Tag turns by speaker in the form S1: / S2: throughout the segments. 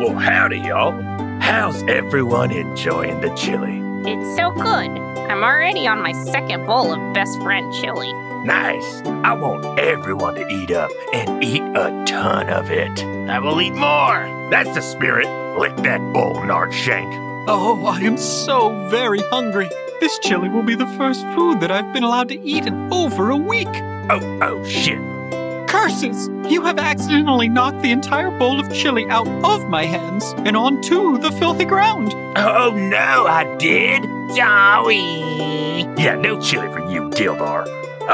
S1: Well, howdy, y'all. How's everyone enjoying the chili?
S2: It's so good. I'm already on my second bowl of best friend chili.
S1: Nice. I want everyone to eat up and eat a ton of it.
S3: I will eat more.
S1: That's the spirit. Lick that bowl, Nardshank.
S4: Oh, I am so very hungry. This chili will be the first food that I've been allowed to eat in over a week.
S1: Oh, oh, shit.
S4: Curses! You have accidentally knocked the entire bowl of chili out of my hands and onto the filthy ground.
S1: Oh, no, I did. Sorry. Yeah, no chili for you, Dildar.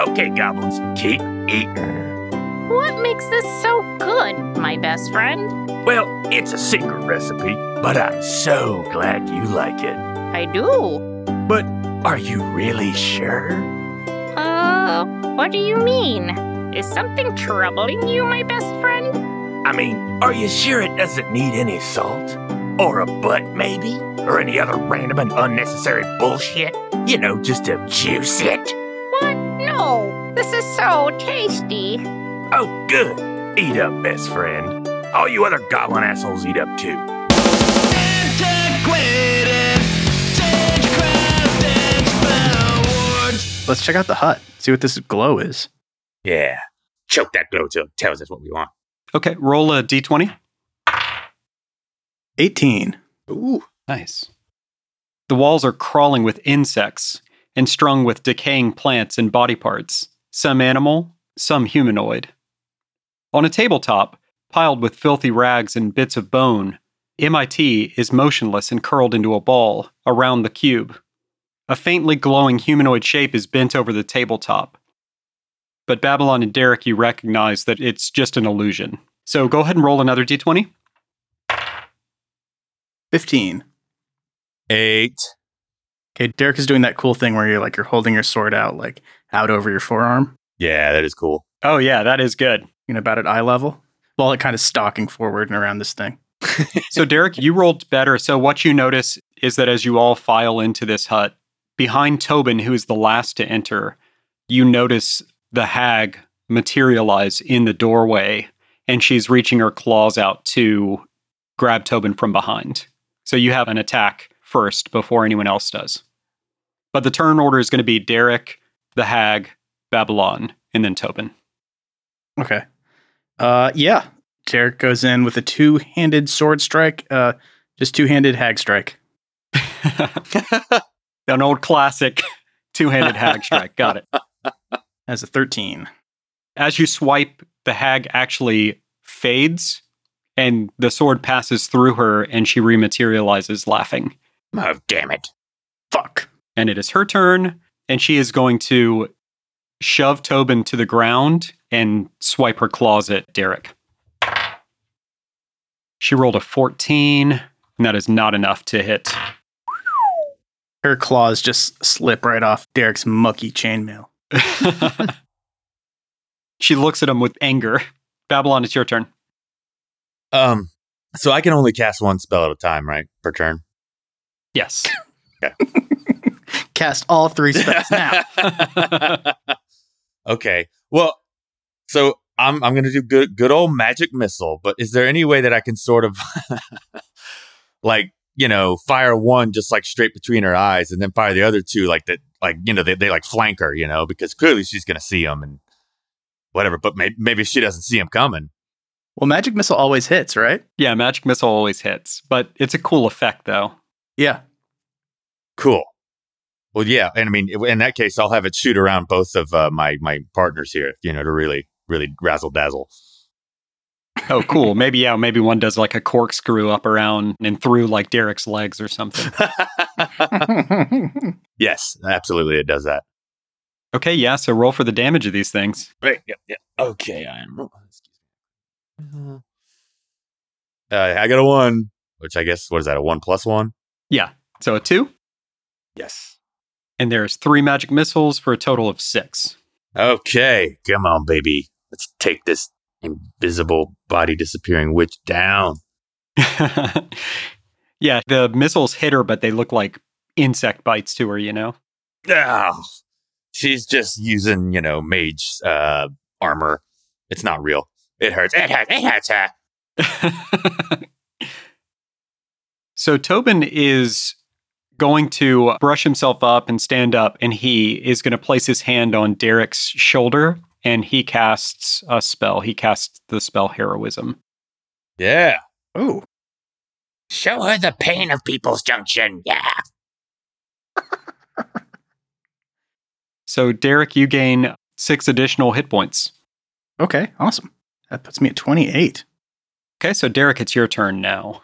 S1: Okay, goblins, keep eating.
S2: What makes this so good, my best friend?
S1: Well, it's a secret recipe, but I'm so glad you like it.
S2: I do.
S1: But are you really sure?
S2: Uh, what do you mean? Is something troubling you, my best friend?
S1: I mean, are you sure it doesn't need any salt? Or a butt, maybe? Or any other random and unnecessary bullshit? You know, just to juice it.
S2: What? No. This is so tasty.
S1: Oh, good. Eat up, best friend. All you other goblin assholes eat up too.
S5: Let's check out the hut. See what this glow is.
S1: Yeah. Choke that glow till it tells us what we want.
S4: Okay, roll a d20.
S5: 18.
S4: Ooh.
S5: Nice.
S4: The walls are crawling with insects and strung with decaying plants and body parts, some animal, some humanoid. On a tabletop, piled with filthy rags and bits of bone, MIT is motionless and curled into a ball around the cube. A faintly glowing humanoid shape is bent over the tabletop. But Babylon and Derek, you recognize that it's just an illusion. So go ahead and roll another d20.
S5: 15.
S6: Eight.
S5: Okay, Derek is doing that cool thing where you're like, you're holding your sword out, like out over your forearm,
S6: Yeah, that is cool.
S4: Oh, yeah, that is good.
S5: you know, about at eye level, while like kind of stalking forward and around this thing.
S4: so Derek, you rolled better. So what you notice is that as you all file into this hut, behind Tobin, who is the last to enter, you notice the hag materialize in the doorway, and she's reaching her claws out to grab Tobin from behind. So you have an attack first before anyone else does. But the turn order is going to be Derek, the hag, Babylon, and then Tobin.
S5: Okay. Uh, yeah. Derek goes in with a two handed sword strike, uh, just two handed hag strike.
S4: An old classic two-handed hag strike. Got it.
S5: That's a 13.
S4: as you swipe, the hag actually fades and the sword passes through her and she rematerializes laughing.
S1: Oh, damn it.
S5: Fuck.
S4: And it is her turn and she is going to shove Tobin to the ground and swipe her claws at Derek. She rolled a 14 and that is not enough to hit.
S5: Her claws just slip right off Derek's mucky chainmail.
S4: she looks at him with anger. Babylon, it's your turn.
S6: Um, so I can only cast one spell at a time, right? Per turn.
S4: Yes.
S5: Cast all three spells now.
S6: okay. Well, so I'm I'm gonna do good good old magic missile, but is there any way that I can sort of like you know fire one just like straight between her eyes and then fire the other two like that like you know they, they like flank her you know because clearly she's gonna see them and whatever but maybe, maybe she doesn't see him coming
S5: Well, magic missile always hits, right?
S4: Yeah, magic missile always hits, but it's a cool effect though.
S5: Yeah.
S6: cool well yeah and i mean in that case i'll have it shoot around both of uh, my my partners here you know to really really razzle dazzle
S4: Oh, cool. maybe yeah, maybe one does like a corkscrew up around and through like Derek's legs or something.
S6: yes absolutely it does that
S4: okay, yeah. So roll for the damage of these things.
S6: Right. Yeah. Yeah. Okay. I am. Uh, I got a one, which I guess what is that? A one plus one?
S4: So a two,
S6: Yes.
S4: and there's three magic missiles for a total of six.
S6: Okay. Come on, baby. Let's take this invisible body disappearing witch down.
S4: yeah, the missiles hit her, but they look like insect bites to her. You know.
S6: Oh, she's just using you know mage uh, armor. It's not real. It hurts. It hurts. It hurts. Her.
S4: So Tobin is going to brush himself up and stand up, and he is going to place his hand on Derek's shoulder, and he casts a spell. He casts the spell heroism.
S6: Yeah.
S5: Oh,
S1: Show her the pain of People's Junction. Yeah.
S4: So Derek, you gain six additional hit points.
S5: okay. Awesome. That puts me at 28.
S4: Okay, so Derek, it's your turn now.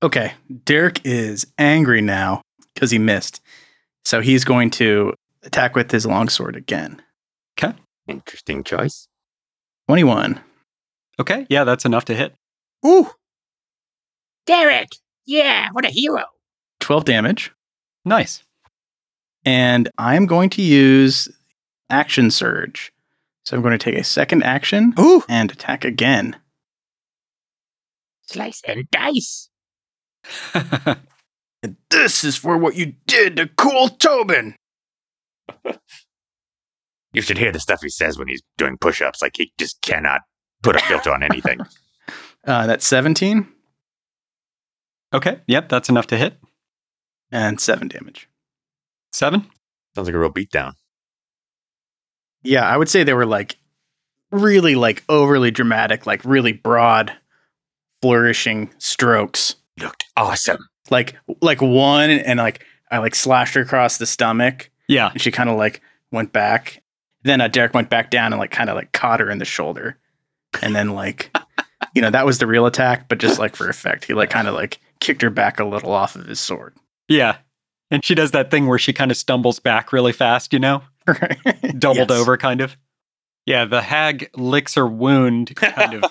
S5: Okay. Derek is angry now because he missed. So he's going to attack with his longsword again.
S1: Interesting choice.
S5: 21.
S4: Okay, yeah, that's enough to hit.
S5: Ooh.
S1: Derek. Yeah, what a hero.
S5: 12 damage.
S4: Nice.
S5: And I'm going to use action surge. So I'm going to take a second action
S6: Ooh.
S5: and attack again.
S1: Slice and dice.
S5: And this is for what you did to cool Tobin.
S6: You should hear the stuff he says when he's doing push ups. Like he just cannot put a filter on anything.
S5: Uh, that's 17
S4: okay, yep, that's enough to hit.
S5: and 7 damage.
S4: Seven.
S6: Sounds like a real beatdown.
S5: Yeah, I would say they were like really like overly dramatic, like really broad flourishing strokes.
S1: Looked awesome.
S5: Like like one and like I like slashed her across the stomach
S4: Yeah,
S5: and she kind of like went back. Then uh, Derek went back down and like kind of like caught her in the shoulder. And then like you know, that was the real attack, but just like for effect. He like kind of like kicked her back a little off of his sword.
S4: yeah. And she does that thing where she kind of stumbles back really fast, you know? doubled
S5: Yes.
S4: over kind of. Yeah, the hag licks her wound kind of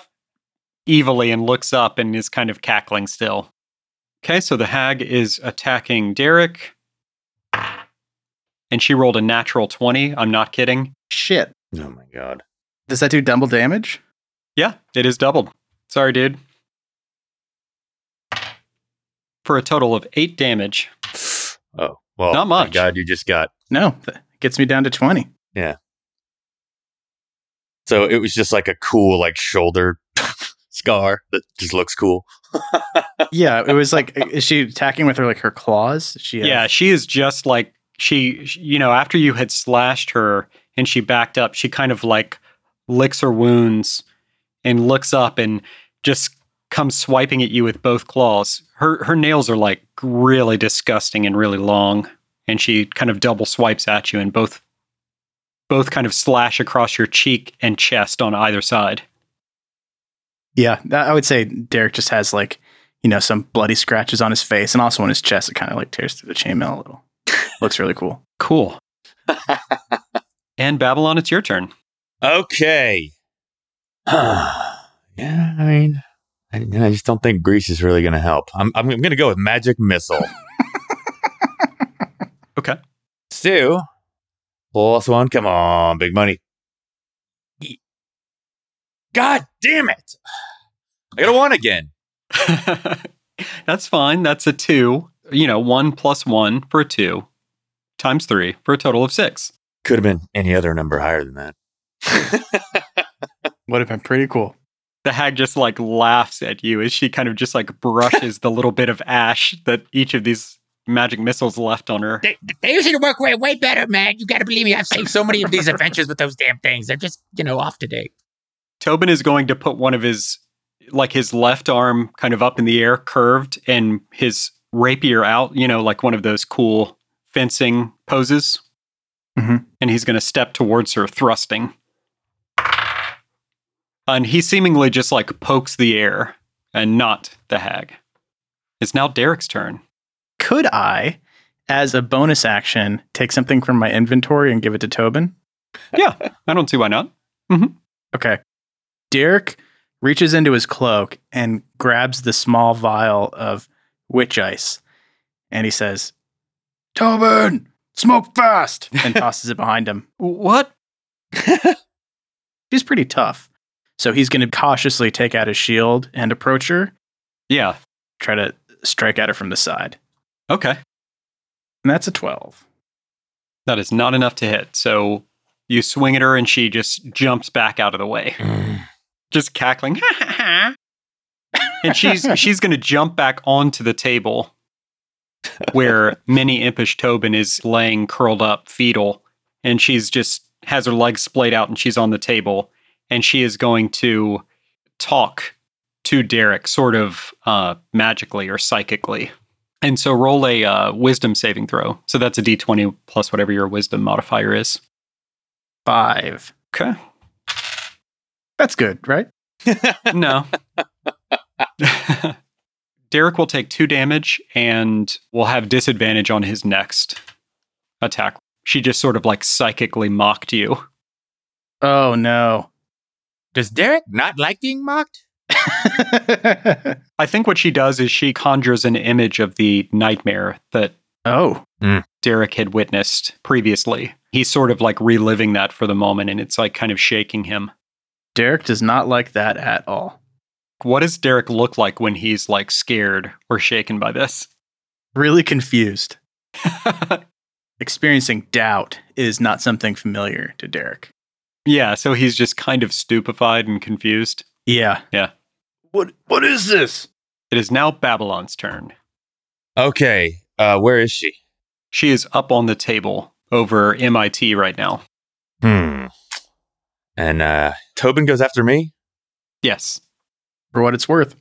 S4: evilly and looks up and is kind of cackling still. Okay, so the hag is attacking Derek. And she rolled a natural 20. I'm not kidding.
S5: Shit.
S6: Oh my God.
S5: Does that do double damage?
S4: Yeah, it is doubled. Sorry, dude. For a total of eight damage.
S6: Oh, well.
S4: Not
S6: thank
S4: much.
S6: God, you just got.
S5: No, that gets me down to 20.
S6: So it was just like a cool, like shoulder scar that just looks cool.
S5: yeah, it was like, is she attacking with her like her claws? She
S4: Yeah. she is just like she, she- you know, after you had slashed her and she backed up, she kind of like licks her wounds and looks up and just comes swiping at you with both claws. Her her nails are like really disgusting and really long, and she kind of double swipes at you and both both kind of slash across your cheek and chest on either side.
S5: yeah. that- I would say Derek just has like, you know, some bloody scratches on his face and also on his chest. It kind of like tears through the chainmail a little. Looks really cool.
S4: Cool. and Babylon, it's your turn.
S6: Okay. yeah, I mean, I, I just don't think grease is really going to help. I'm, I'm going to go with magic missile.
S4: Okay.
S6: Stu, plus one. Come on, big money. God damn it. I got a one again.
S4: That's fine. That's a two. You know, one plus one for a two times three for a total of six.
S6: Could have been any other number higher than that.
S5: Would have been pretty cool.
S4: The hag just like laughs at you as she kind of just like brushes the little bit of ash that each of these magic missiles left on her.
S1: They, they usually work way, way better, man. You gotta believe me. I've saved so many of these adventures with those damn things. They're just, you know, off today.
S4: Tobin is going to put one of his, like his left arm kind of up in the air, curved, and his rapier out, you know, like one of those cool fencing poses.
S5: Mhm.
S4: And he's going to step towards her, thrusting. And he seemingly just like pokes the air and not the hag. It's now Derek's turn.
S5: Could I, as a bonus action, take something from my inventory and give it to Tobin?
S4: I don't see why not.
S5: Okay. Derek reaches into his cloak and grabs the small vial of witch ice. And he says, Tobin, smoke fast! And tosses it behind him.
S4: What?
S5: She's pretty tough. So he's going to cautiously take out his shield and approach her,
S4: Yeah.
S5: try to strike at her from the side.
S4: Okay.
S5: And that's a 12.
S4: That is not enough to hit. So you swing at her and she just jumps back out of the way. just cackling. and she's she's going to jump back onto the table where mini impish Tobin is laying curled up fetal and she's just has her legs splayed out and she's on the table and she is going to talk to Derek sort of uh, magically or psychically. And so roll a uh, wisdom saving throw. So that's a d20 plus whatever your wisdom modifier is.
S5: Five.
S4: Okay.
S5: That's good, right?
S4: No. Derek will take two damage and will have disadvantage on his next attack. She just sort of like psychically mocked you.
S5: Oh no.
S6: Does Derek not like being mocked?
S4: I think what she does is she conjures an image of the nightmare that
S5: oh.
S4: Derek had witnessed previously. He's sort of like reliving that for the moment and it's like kind of shaking him.
S5: Derek does not like that at all.
S4: What does Derek look like when he's like scared or shaken by this?
S5: Really confused. Experiencing doubt is not something familiar to Derek.
S4: yeah, so he's just kind of stupefied and confused.
S5: Yeah.
S4: Yeah.
S5: What what is this?
S4: It is now Babylon's turn.
S6: Okay. Uh, where is she?
S4: She is up on the table over MIT right now.
S6: Hmm. And uh, Tobin goes after me.
S4: Yes.
S5: For what it's worth.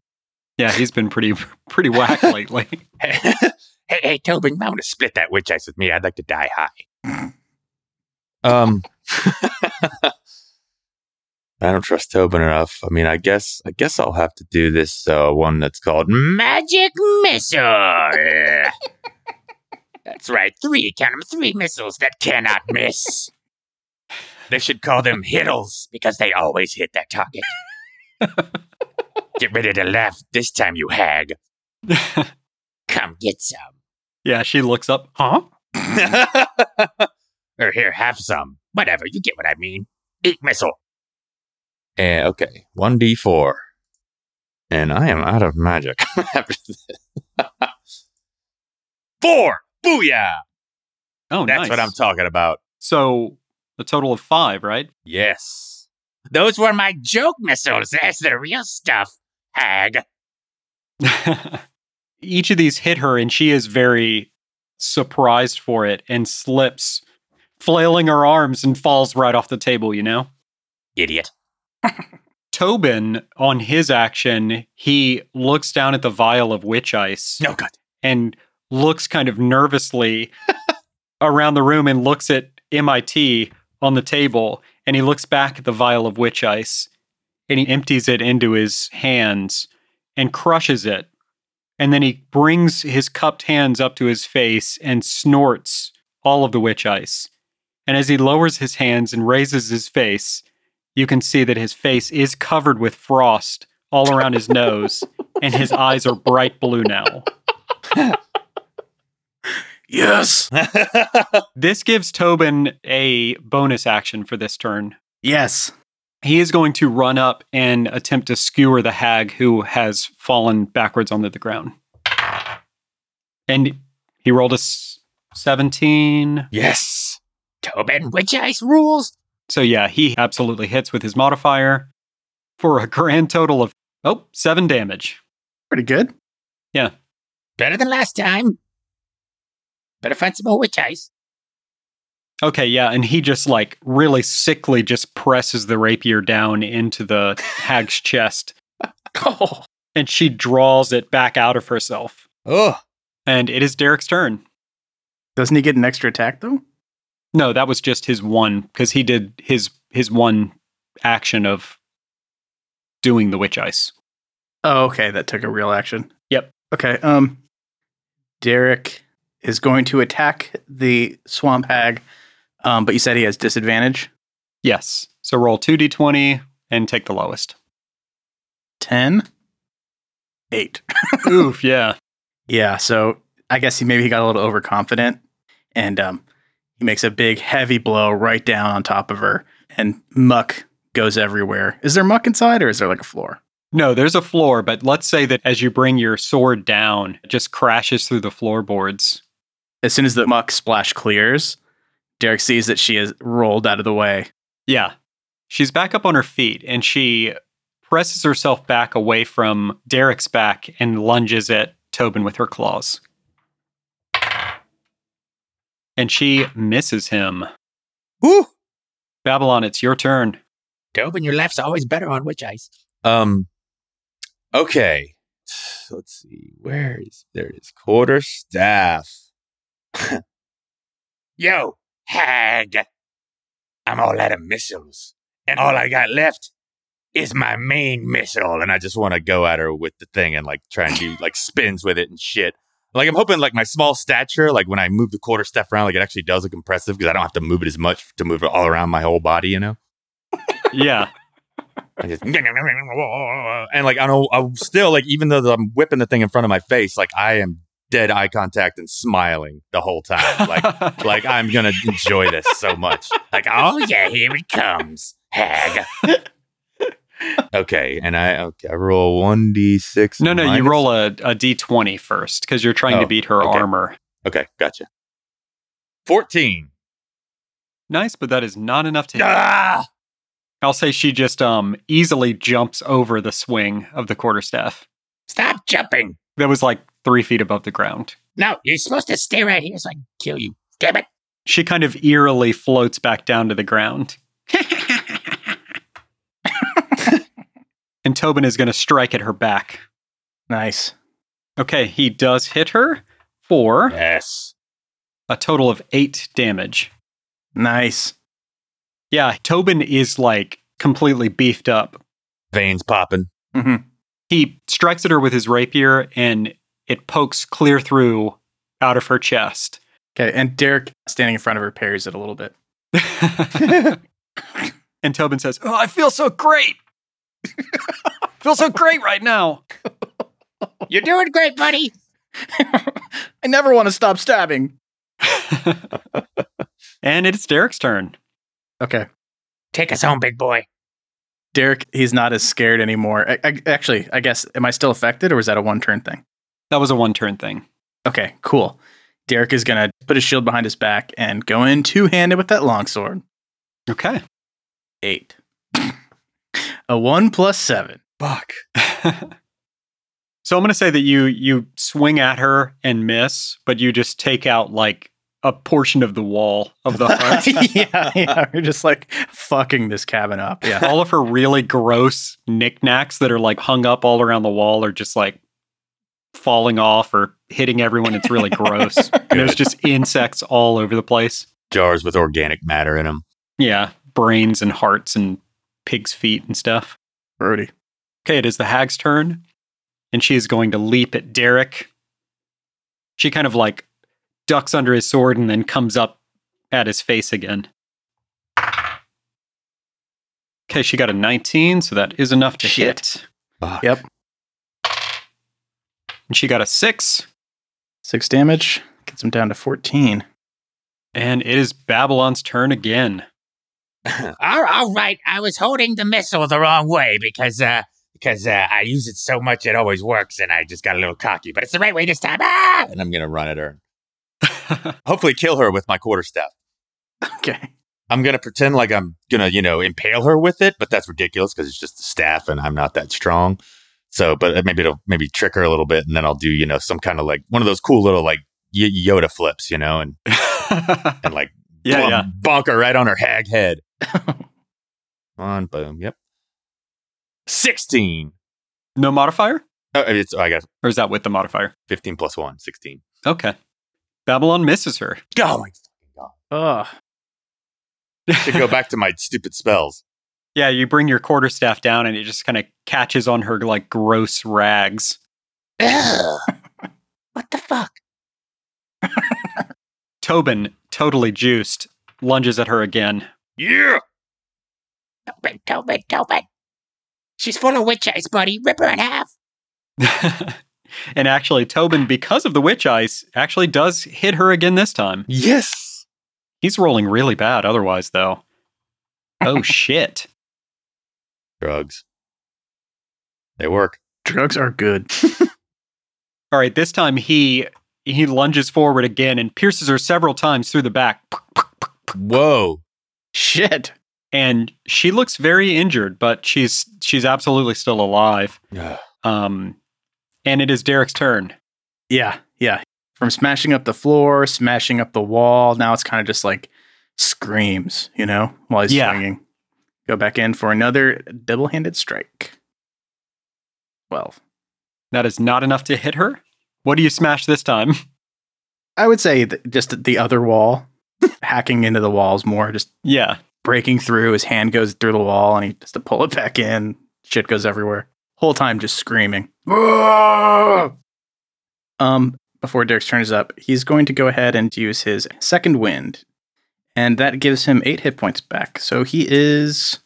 S4: Yeah, he's been pretty pretty whack lately.
S6: hey, hey, Tobin, I want to split that witch ice with me. I'd like to die high. um, I don't trust Tobin enough. I mean, I guess, I guess I'll have to do this uh, one that's called Magic Missile. that's right, three count 'em, three missiles that cannot miss. they should call them hittles because they always hit their target. Get ready to laugh this time, you hag. Come get some.
S4: yeah, she looks up. Huh?
S6: or here, have some. Whatever, you get what I mean. Eat missile. And Eh, okay, one d four, and I am out of magic after this. four, booyah!
S4: Oh,
S6: That's
S4: nice.
S6: what I'm talking about.
S4: So a total of five, right?
S6: Yes,
S1: Those were my joke missiles. That's the real stuff, hag.
S4: Each of these hit her, and she is very surprised for it and slips, flailing her arms, and falls right off the table, you know?
S1: Idiot.
S4: Tobin, on his action, he looks down at the vial of witch ice
S6: no good.
S4: and looks kind of nervously around the room and looks at MIT on the table. And he looks back at the vial of witch ice and he empties it into his hands and crushes it. And then he brings his cupped hands up to his face and snorts all of the witch ice. And as he lowers his hands and raises his face, you can see that his face is covered with frost all around his nose, and his eyes are bright blue now.
S5: Yes.
S4: This gives Tobin a bonus action for this turn.
S5: Yes.
S4: He is going to run up and attempt to skewer the hag who has fallen backwards onto the ground. And he rolled a s- 17.
S6: yes,
S1: Tobin, witch ice rules.
S4: So, yeah, he absolutely hits with his modifier for a grand total of, oh, seven damage.
S5: Pretty good.
S1: Better than last time. Better find some more witch ice.
S4: Okay, yeah. And he just like really sickly just presses the rapier down into the hag's chest
S5: Oh.
S4: and she draws it back out of herself.
S6: oh,
S4: And it is Derek's turn.
S5: Doesn't he get an extra attack though?
S4: No, that was just his one because he did his his one action of doing the witch ice.
S5: Oh, okay. That took a real action.
S4: Yep.
S5: Okay. Um, Derek is going to attack the swamp hag, um, but you said he has disadvantage.
S4: Yes. So roll two d twenty and take the lowest.
S5: Ten. Eight.
S4: Oof. Yeah.
S5: Yeah. So I guess he maybe he got a little overconfident, and um, he makes a big heavy blow right down on top of her, and muck goes everywhere. Is there muck inside, or is there like a floor?
S4: No, there's a floor, but let's say that as you bring your sword down, it just crashes through the floorboards.
S5: As soon as the muck splash clears, Derek sees that she is rolled out of the way.
S4: Yeah. She's back up on her feet and she presses herself back away from Derek's back and lunges at Tobin with her claws. and she misses him.
S6: Woo!
S4: Babylon, it's your turn.
S1: Tobin, your left's always better on which ice?
S6: Um. Okay. Let's see. Where is there? It is quarter staff.
S1: Yo, hag. I'm all out of missiles. And all I got left is my main missile.
S6: And I just want to go at her with the thing and like try and do like spins with it and shit. Like I'm hoping like my small stature, like when I move the quarter staff around, like it actually does look impressive because I don't have to move it as much to move it all around my whole body, you know.
S4: Yeah.
S6: I just and like I don't I'm still like even though I'm whipping the thing in front of my face, like I am dead eye contact and smiling the whole time. Like like I'm gonna enjoy this so much.
S1: Like, oh yeah, here it comes. Hag.
S6: Okay, and I okay, I roll one d six.
S4: no, no, you roll a, a d20 first because you're trying
S6: Oh,
S4: to beat her
S6: okay.
S4: armor.
S6: Okay, gotcha. Fourteen.
S4: Nice, but that is not enough to hit.
S1: Ah!
S4: I'll say she just um easily jumps over the swing of the quarterstaff
S1: Stop jumping.
S4: that was like three feet above the ground.
S1: No, you're supposed to stay right here so I can kill you. Damn it.
S4: She kind of eerily floats back down to the ground. and Tobin is going to strike at her back.
S5: Nice.
S4: Okay, he does hit her for
S6: Yes.
S4: a total of eight damage.
S5: Nice.
S4: Yeah, Tobin is like completely beefed up.
S6: Veins popping.
S5: hmm
S4: He strikes at her with his rapier and it pokes clear through out of her chest.
S5: Okay. And Derek standing in front of her parries it a little bit.
S4: and Tobin says, Oh, I feel so great. feel so great right now.
S1: You're doing great, buddy.
S5: I never want to stop stabbing.
S4: and it's Derek's turn.
S5: Okay.
S1: Take us home, big boy.
S5: Derek, he's not as scared anymore. I, I, actually, I guess, am I still affected or is that a one turn thing?
S4: That was a one turn thing.
S5: Okay, cool. Derek is going to put his shield behind his back and go in two handed with that longsword.
S4: Okay.
S5: Eight. a one plus seven.
S4: Fuck. so I'm going to say that you you swing at her and miss, but you just take out like a portion of the wall of the hut.
S5: yeah, yeah. We're just like fucking this cabin up. Yeah.
S4: all of her really gross knickknacks that are like hung up all around the wall are just like falling off or hitting everyone. It's really gross. And there's just insects all over the place.
S6: Jars with organic matter in them.
S4: Yeah, brains and hearts and pig's feet and stuff.
S5: Brody.
S4: Okay, it is the hag's turn, and she is going to leap at Derek. She kind of like ducks under his sword and then comes up at his face again. Okay, she got a 19, so that is enough to hit.
S6: Fuck.
S5: Yep.
S4: And she got a 6,
S5: Six damage gets him down to 14.
S4: and it is Babylon's turn again.
S1: All, all right, I was holding the missile the wrong way because uh because uh, I use it so much it always works, and I just got a little cocky. But it's the right way this time. Ah!
S6: And I'm gonna run at her. Hopefully kill her with my quarterstaff.
S5: Okay.
S6: I'm gonna pretend like I'm gonna, you know, impale her with it, but that's ridiculous because it's just a staff and I'm not that strong. So, but uh, maybe it'll maybe trick her a little bit, and then I'll do, you know, some kind of like one of those cool little like y- Yoda flips, you know, and
S4: yeah,
S6: and like boom,
S4: yeah.
S6: bonk her right on her hag head. on boom, yep. Sixteen.
S4: No modifier?
S6: Oh, it's I got
S4: Or is that with the modifier?
S6: fifteen plus one, 16.
S4: Okay. Babylon misses her.
S6: Go.
S5: Oh,
S6: To go back to my stupid spells.
S4: Yeah, you bring your quarterstaff down and it just kind of catches on her like gross rags.
S1: Ugh. what the fuck?
S4: Tobin, totally juiced, lunges at her again.
S6: Yeah.
S1: Tobin, Tobin, Tobin. She's full of witch eyes, buddy. Rip her in half.
S4: and actually, Tobin, because of the witch ice, actually does hit her again this time.
S6: Yes.
S4: He's rolling really bad otherwise, though. Oh, shit.
S6: Drugs. They work.
S5: drugs are good.
S4: All right, this time he he lunges forward again and pierces her several times through the back.
S6: Whoa.
S5: Shit.
S4: And she looks very injured, but she's she's absolutely still alive. Um, and it is Derek's turn.
S5: Yeah. Yeah. from smashing up the floor, smashing up the wall. Now it's kind of just like screams, you know, while he's
S4: Yeah.
S5: swinging. Go back in for another double handed strike. 12.
S4: That is not enough to hit her. What do you smash this time?
S5: I would say that just the other wall, hacking into the walls more, just
S4: yeah.
S5: breaking through. His hand goes through the wall and he has to pull it back in. Shit goes everywhere. Whole time just screaming. Ah! um, before Derek's turn is up, he's going to go ahead and use his second wind. And that gives him eight hit points back. So he is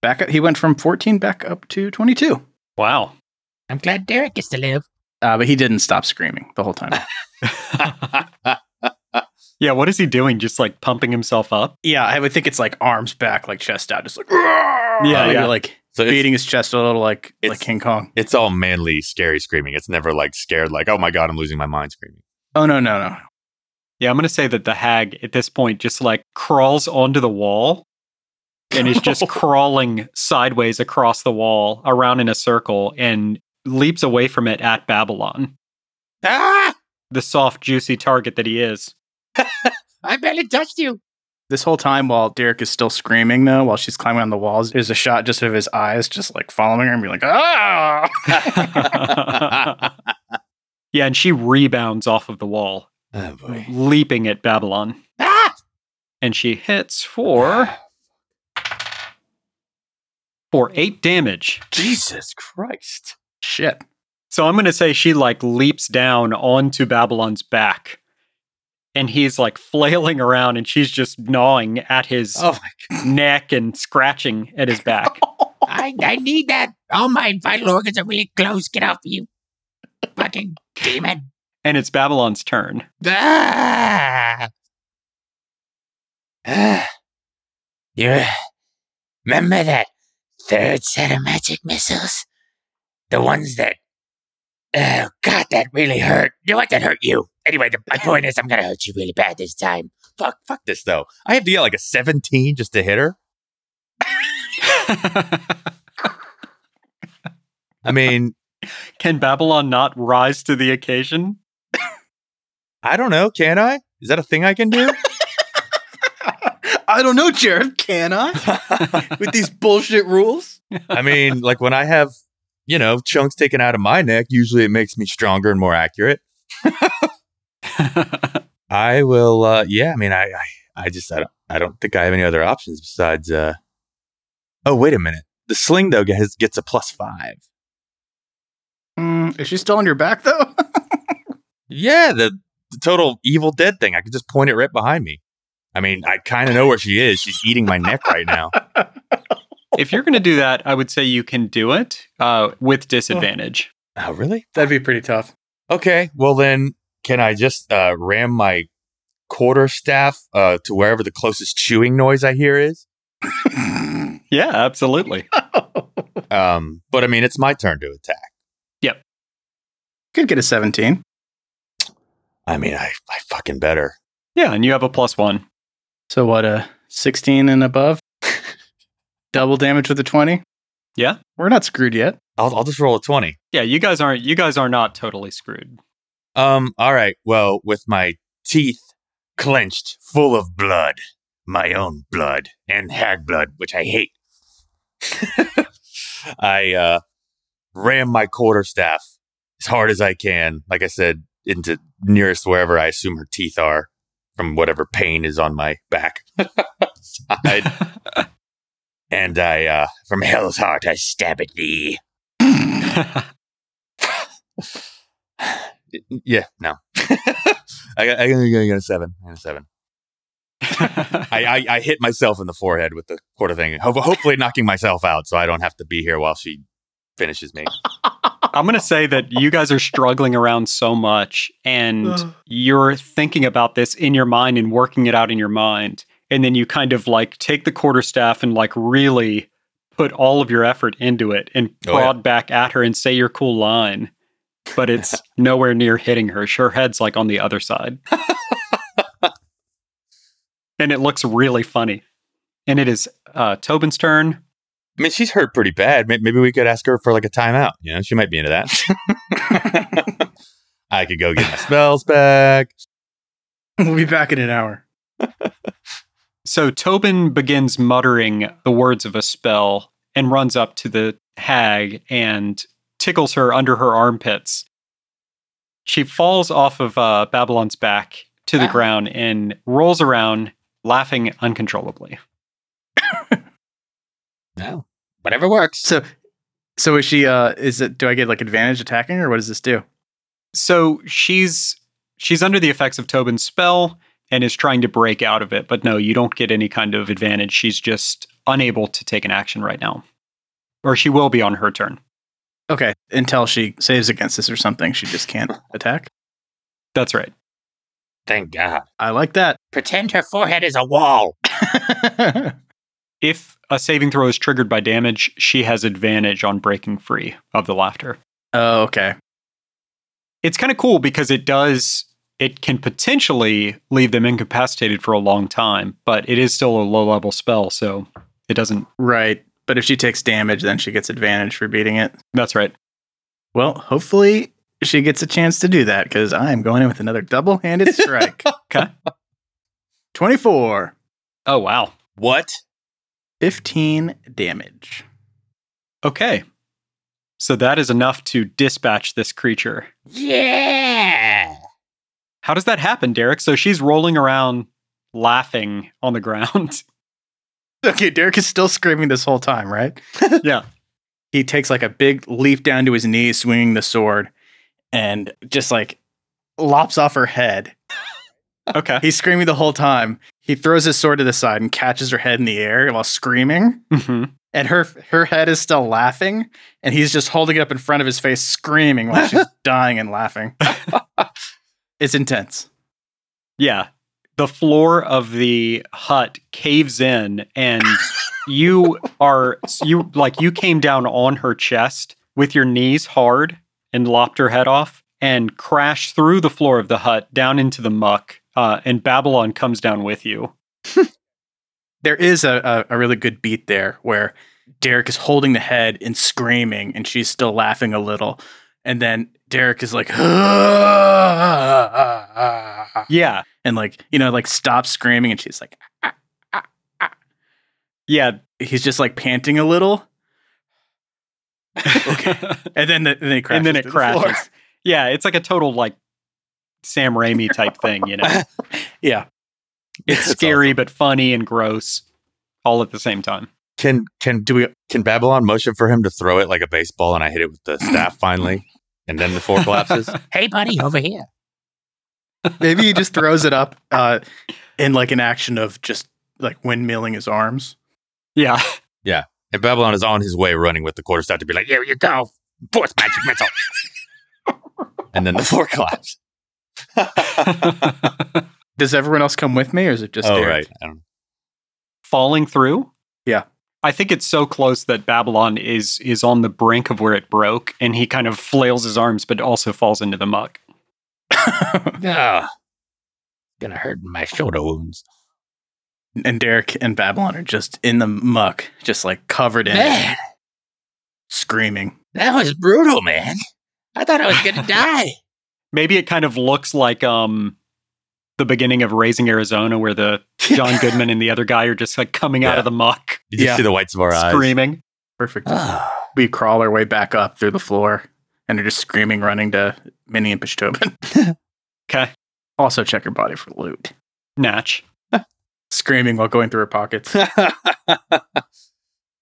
S5: back up. He went from 14 back up to 22.
S4: Wow.
S2: I'm glad Derek gets to live.
S5: Uh, but he didn't stop screaming the whole time.
S4: yeah, what is he doing? Just like pumping himself up?
S5: yeah, I would think it's like arms back, like chest out, just like, yeah,
S4: yeah.
S5: like
S6: So it's,
S5: beating his chest a little like, like
S6: It's-
S5: King Kong.
S6: it's all manly, scary screaming. It's never like scared, like, oh my God, I'm losing my mind screaming.
S5: Oh, no, no, no.
S4: Yeah, I'm going to say that the hag at this point just like crawls onto the wall and is just crawling sideways across the wall around in a circle and leaps away from it at Babylon,
S1: Ah!
S4: the soft, juicy target that he is.
S1: I barely touched you.
S5: This whole time, while Derek is still screaming, though, while she's climbing on the walls, there's a shot just of his eyes just like following her and being like, ah!
S4: yeah, and she rebounds off of the wall,
S6: Oh boy.
S4: leaping at Babylon.
S1: Ah!
S4: And she hits for. for eight damage.
S6: Jesus Christ.
S5: Shit.
S4: So I'm going to say she like leaps down onto Babylon's back. And he's like flailing around and she's just gnawing at his
S6: Oh my
S4: neck and scratching at his back.
S1: I, I need that. All my vital organs are really close. Get off you, fucking demon.
S4: and it's Babylon's turn.
S1: Ah! Ah. You remember that third set of magic missiles? The ones that. Oh, God, that really hurt. You know what? That hurt you. Anyway, the, my point is, I'm going to hurt you really bad this time.
S6: Fuck, fuck this though. I have to get like a 17 just to hit her. I mean,
S4: Can Babylon not rise to the occasion?
S6: I don't know. Can I? Is that a thing I can do?
S5: I don't know, Jared. Can I? With these bullshit rules?
S6: I mean, like when I have, you know, chunks taken out of my neck, usually it makes me stronger and more accurate. I will. Uh, yeah, I mean, I, I, I just, I don't, I don't think I have any other options besides. Uh, oh, wait a minute. The sling though gets gets a plus five.
S5: Mm, is she still on your back, though?
S6: Yeah, the, the total Evil Dead thing. I could just point it right behind me. I mean, I kind of know where she is. She's eating my neck right now.
S4: if you're going to do that, I would say you can do it uh, with disadvantage.
S6: Oh, really?
S5: That'd be pretty tough.
S6: Okay. Well, then, can I just uh, ram my quarter staff uh, to wherever the closest chewing noise I hear is?
S4: Yeah, absolutely.
S6: Um, but I mean, it's my turn to attack.
S5: Could get a 17.
S6: I mean, I, I fucking better.
S4: Yeah, and you have a plus one.
S5: So, what, a 16 and above? Double damage with a 20?
S4: Yeah.
S5: We're not screwed yet.
S6: I'll, I'll just roll a 20.
S4: Yeah, you guys aren't you guys are not totally screwed.
S6: Um, all right. Well, with my teeth clenched, full of blood, my own blood and hag blood, which I hate, I uh, ram my quarterstaff as hard as I can, like I said, into nearest wherever I assume her teeth are from whatever pain is on my back side. and I, uh, from hell's heart, I stab at thee. Yeah, no. I got, I got, I got a seven. I got a seven. I, I, I hit myself in the forehead with the quarter thing, ho- hopefully knocking myself out so I don't have to be here while she finishes me.
S4: I'm going to say that you guys are struggling around so much and you're thinking about this in your mind and working it out in your mind. And then you kind of like take the quarterstaff and like really put all of your effort into it and
S6: Oh, yeah.
S4: prod back at her and say your cool line. But it's nowhere near hitting her. Her head's like on the other side. and it looks really funny. And it is uh, Tobin's turn.
S6: I mean, she's hurt pretty bad. May- Maybe we could ask her for like a timeout. You know, she might be into that. I could go get my spells back.
S5: We'll be back in an hour.
S4: So Tobin begins muttering the words of a spell and runs up to the hag and tickles her under her armpits. She falls off of uh, Babylon's back to the
S2: Ah.
S4: ground and rolls around, laughing uncontrollably.
S1: No. Whatever works.
S5: So, so is she? Uh, is it? Do I get like advantage attacking, or what does this do?
S4: So she's she's under the effects of Tobin's spell and is trying to break out of it, but no, you don't get any kind of advantage. She's just unable to take an action right now. Or she will be on her turn.
S5: Okay, until she saves against this or something, she just can't attack.
S4: That's right.
S1: Thank God.
S5: I like that.
S1: Pretend her forehead is a wall.
S4: If a saving throw is triggered by damage, she has advantage on breaking free of the laughter.
S5: oh, okay.
S4: It's kind of cool because it does it can potentially leave them incapacitated for a long time, but it is still a low level spell, so it doesn't
S5: Right. But if she takes damage, then she gets advantage for beating it.
S4: that's right.
S5: Well, hopefully she gets a chance to do that because I am going in with another double handed strike.
S4: 'Kay.
S5: 24,
S4: Oh wow.
S6: What?
S5: 15 damage.
S4: Okay. So that is enough to dispatch this creature.
S1: Yeah.
S4: How does that happen, Derek? So she's rolling around laughing on the ground.
S5: Okay, Derek is still screaming this whole time, right?
S4: Yeah.
S5: He takes like a big leap down to his knees, swinging the sword, and just like lops off her head.
S4: Okay.
S5: He's screaming the whole time. He throws his sword to the side and catches her head in the air while screaming.
S4: Mhm.
S5: and her her head is still laughing, and he's just holding it up in front of his face, screaming while she's dying and laughing. it's intense.
S4: Yeah. The floor of the hut caves in and you are you like you came down on her chest with your knees hard and lopped her head off and crashed through the floor of the hut down into the muck. Uh, and Babylon comes down with you.
S5: There is a, a, a really good beat there where Derek is holding the head and screaming, and she's still laughing a little, and then Derek is like, and
S4: Yeah.
S5: like you know, like stops screaming, and she's like,
S4: Yeah.
S5: he's just like panting a little, Okay. and then the, and then it crashes.
S4: and then it
S5: to the floor.
S4: crashes. Yeah, it's like a total like Sam Raimi type thing, you know.
S5: yeah.
S4: It's
S6: That's
S4: scary but funny and gross all at the same time.
S6: Can can
S5: Do we
S6: can Babylon motion for him to throw it like a baseball, and I hit it with the staff finally, and then the floor collapses?
S1: Hey, buddy, over here.
S5: Maybe he just throws it up uh, in like an action of just like windmilling his arms.
S4: Yeah.
S6: And Babylon is on his way, running with the quarterstaff to be like,
S1: Here you go. Force magic missile.
S6: and then the floor collapses.
S5: Does everyone else come with me, or is it just
S6: oh
S5: Derek?
S6: right, I don't know.
S4: Falling through?
S5: Yeah.
S4: I think it's so close that Babylon is is on the brink of where it broke and he kind of flails his arms but also falls into the muck.
S1: Ugh. Ah, Gonna hurt my shoulder wounds.
S5: And Derek and Babylon are just in the muck, just like covered in it,
S1: Man,
S5: screaming.
S1: that was brutal, man. I thought I was gonna die.
S4: Maybe it kind of looks like um the beginning of Raising Arizona where the John Goodman and the other guy are just like coming out
S6: Yeah.
S4: of the muck
S6: You just
S5: Yeah.
S6: see the whites of our eyes.
S4: screaming.
S5: Perfect.
S1: Ugh.
S5: We crawl our way back up through the floor, and are just screaming, running to Minnie and Pishtobin.
S4: Okay.
S5: also, check her body for loot.
S4: Natch.
S5: Screaming while going through her pockets.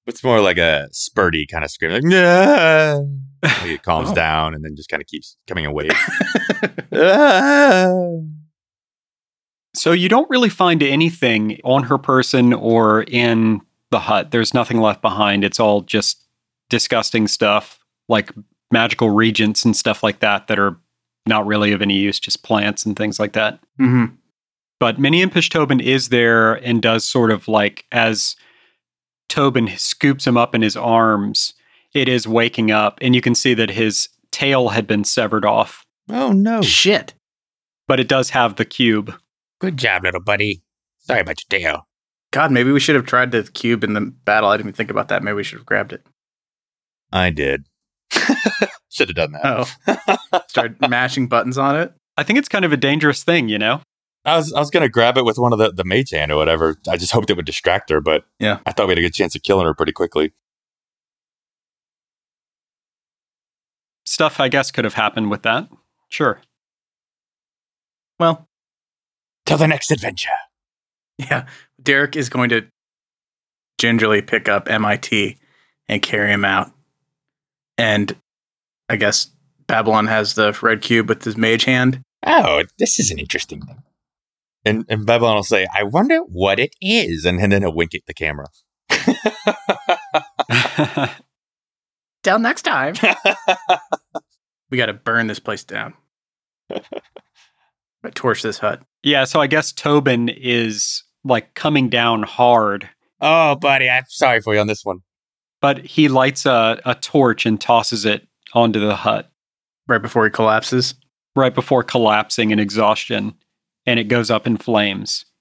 S6: it's more like a spurty kind of scream, like yeah. Like it calms
S5: Oh.
S6: down and then just kind of keeps coming away. Ah!
S4: So you don't really find anything on her person or in the hut. There's nothing left behind. It's all just disgusting stuff like magical regents and stuff like that that are not really of any use, just plants and things like that.
S5: hmm
S4: But Minnie and Pishtobin is there and does sort of like as Tobin scoops him up in his arms, it is waking up and you can see that his tail had been severed off,
S6: oh no!
S5: Shit.
S4: but it does have the cube.
S1: Good job, little buddy. Sorry about your tail.
S5: God, maybe we should have tried the cube in the battle. I didn't even think about that. Maybe we should have grabbed it.
S6: I did. Should have done that.
S5: Oh, start mashing buttons on it.
S4: I think it's kind of a dangerous thing, you know?
S6: I was I was gonna grab it with one of the the mage hand or whatever. I just hoped it would distract her, but
S5: Yeah.
S6: I thought we had a good chance of killing her pretty quickly.
S4: Stuff I guess could have happened with that. Sure.
S5: Well,
S1: Till the next adventure.
S5: yeah. Derek is going to gingerly pick up MIT and carry him out. And I guess Babylon has the red cube with his mage hand.
S1: Oh, this is an interesting thing.
S6: And and Babylon will say, "I wonder what it is," and, and then he'll wink at the camera.
S5: Till next time. we got to burn this place down. but torch this hut.
S4: yeah, so I guess Tobin is like coming down hard,
S6: oh, buddy, I'm sorry for you on this one.
S4: but he lights a, a torch and tosses it onto the hut
S5: right before he collapses.
S4: right before collapsing in exhaustion, and it goes up in flames.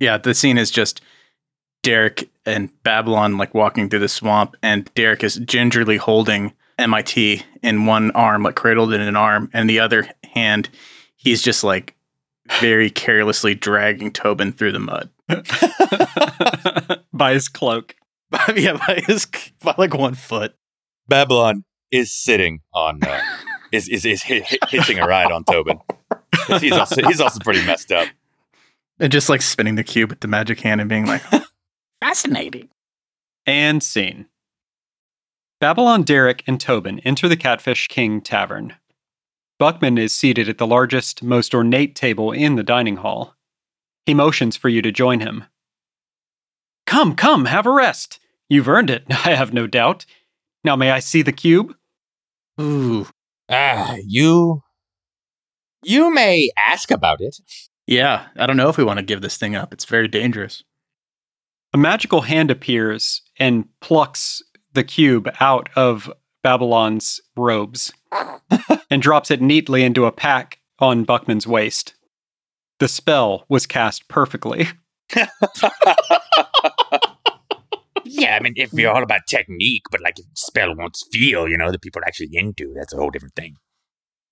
S5: Yeah, the scene is just Derek and Babylon like walking through the swamp, and Derek is gingerly holding MIT in one arm, like cradled in an arm, and the other hand, he's just like very carelessly dragging Tobin through the mud.
S4: By his cloak.
S5: yeah, by his by like one foot.
S6: Babylon is sitting on uh, is is is hi- hi- hitching a ride on Tobin. 'Cause He's also he's also pretty messed up.
S5: And just like spinning the cube with the magic hand and being like,
S2: Fascinating.
S4: And scene. Babylon, Derek, and Tobin enter the Catfish King Tavern. Buckman is seated at the largest, most ornate table in the dining hall. He motions for you to join him. Come, come, have a rest. You've earned it, I have no doubt. Now may I see the cube?
S5: ooh.
S1: Ah, you. You may ask about it.
S5: Yeah, I don't know if we want to give this thing up. It's very dangerous.
S4: A magical hand appears and plucks the cube out of Babylon's robes and drops it neatly into a pack on Buckman's waist. The spell was cast perfectly.
S1: Yeah, I mean, if you're all about technique, but like if spell wants feel, you know, that people are actually into, that's a whole different thing.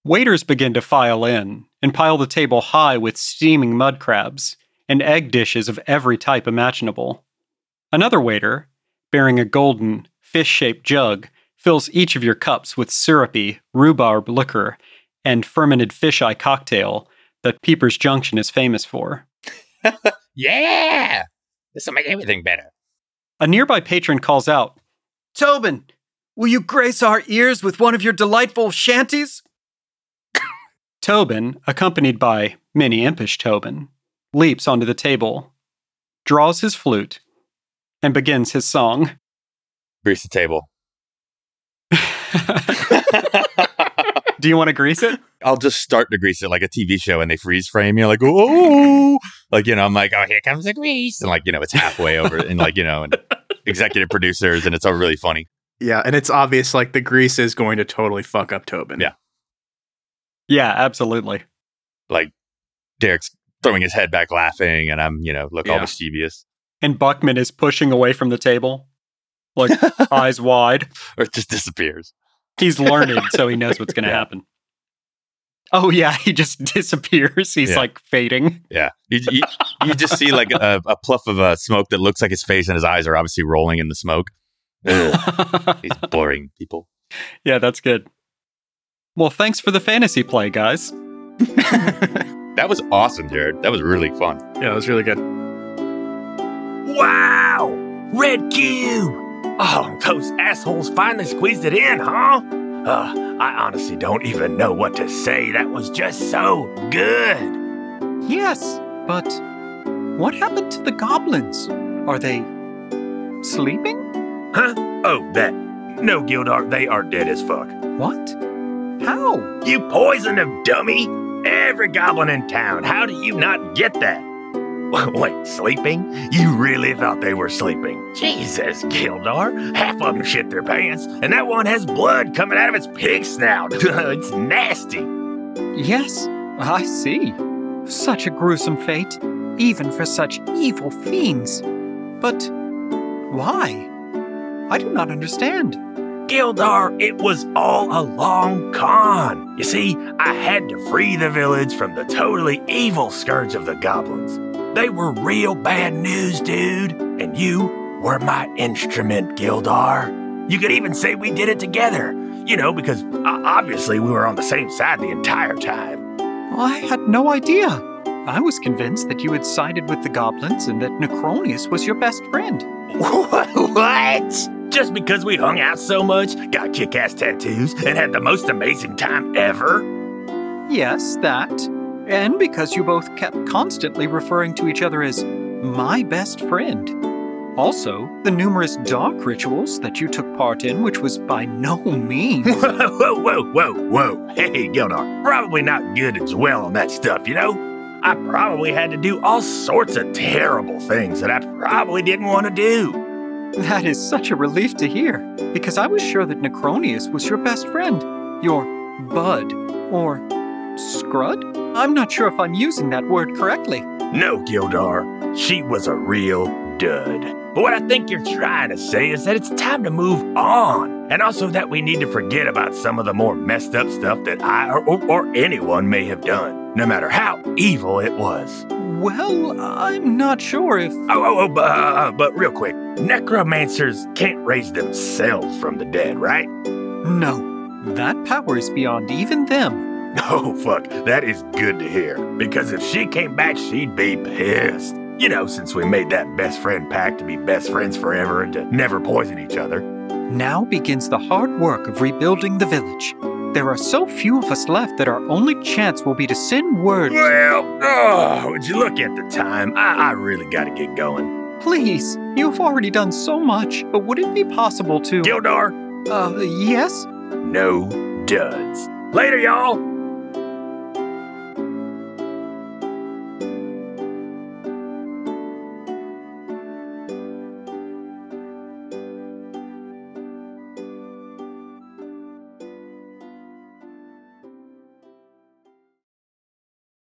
S4: Waiters begin to file in and pile the table high with steaming mud crabs and egg dishes of every type imaginable. Another waiter, bearing a golden, fish shaped jug, fills each of your cups with syrupy, rhubarb liquor and fermented fisheye cocktail that Peepers Junction is famous for.
S1: Yeah! This will make everything better.
S4: A nearby patron calls out, Tobin, will you grace our ears with one of your delightful shanties? Tobin, accompanied by many impish Tobin, leaps onto the table, draws his flute, and begins his song.
S6: Grease the table.
S4: Do you want to grease it?
S6: I'll just start to grease it like a TV show and they freeze frame you like oh like you know I'm like oh here comes the grease and like you know it's halfway over and like you know and executive producers and it's all really funny.
S5: Yeah, and it's obvious like the grease is going to totally fuck up Tobin.
S6: Yeah.
S4: Yeah, absolutely.
S6: Derek's throwing his head back laughing and I'm you know look all
S5: Yeah.
S6: mischievous
S4: And Buckman is pushing away from the table, like eyes wide.
S6: or it just disappears.
S4: He's learned, so he knows what's going to
S6: Yeah.
S4: happen. Oh yeah, he just disappears. He's
S6: Yeah.
S4: like fading.
S6: Yeah, you, you, you just see like a, a puff of uh, smoke that looks like his face and his eyes are obviously rolling in the smoke. Ugh, he's boring people.
S4: yeah, that's good. Well, thanks for the fantasy play, guys.
S6: That was awesome, Jared. That was really fun.
S5: Yeah, it was really good.
S1: Wow! Red Cube! Oh, those assholes finally squeezed it in, huh? Uh, I honestly don't even know what to say. That was just so good.
S4: Yes, but what happened to the goblins? Are they sleeping?
S1: Huh? Oh, that. No, Gildar, they are dead as fuck.
S4: What? How?
S1: You poisoned them, dummy! Every goblin in town. How do you not get that? Wait, sleeping? You really thought they were sleeping? Jesus, Gildar. Half of them shit their pants, and that one has blood coming out of its pig snout. it's nasty.
S4: Yes, I see. Such a gruesome fate, even for such evil fiends. But why? I do not understand.
S3: Gildar, it was all a long con. You see, I had to free the village from the totally evil scourge of the goblins. They were real bad news, dude, and you were my instrument, Gildar. You could even say we did it together, you know, because uh, obviously we were on the same side the entire time.
S4: I had no idea. I was convinced that you had sided with the goblins and that Necronius was your best friend.
S3: what? Just because we hung out so much, got kick ass tattoos, and had the most amazing time ever?
S4: Yes, that. And because you both kept constantly referring to each other as my best friend. Also, the numerous dark rituals that you took part in, which was by no means.
S3: Whoa, whoa, whoa, whoa, whoa. Hey, Gildar, probably not good as well on that stuff, you know? I probably had to do all sorts of terrible things that I probably didn't want to do.
S4: that is such a relief to hear, because I was sure that Necronius was your best friend, your bud, or scrud? I'm not sure if I'm using that word correctly.
S3: No, Gildar, she was a real dud. But what I think you're trying to say is that it's time to move on, and also that we need to forget about some of the more messed up stuff that I or, or, or anyone may have done, no matter how evil it was.
S4: Well, I'm not sure if.
S3: Oh, oh, oh, bu- uh, but real quick, necromancers can't raise themselves from the dead, right?
S4: No, that power is beyond even them.
S3: Oh, fuck, that is good to hear. Because if she came back, she'd be pissed. You know, since we made that best friend pact to be best friends forever and to never poison each other.
S4: Now begins the hard work of rebuilding the village. There are so few of us left that our only chance will be to send word.
S3: Well, oh, would you look at the time? I, I really gotta get going.
S4: Please, you've already done so much, but would it be possible to.
S3: Gildar,
S4: Uh, yes?
S3: no duds. Later, y'all!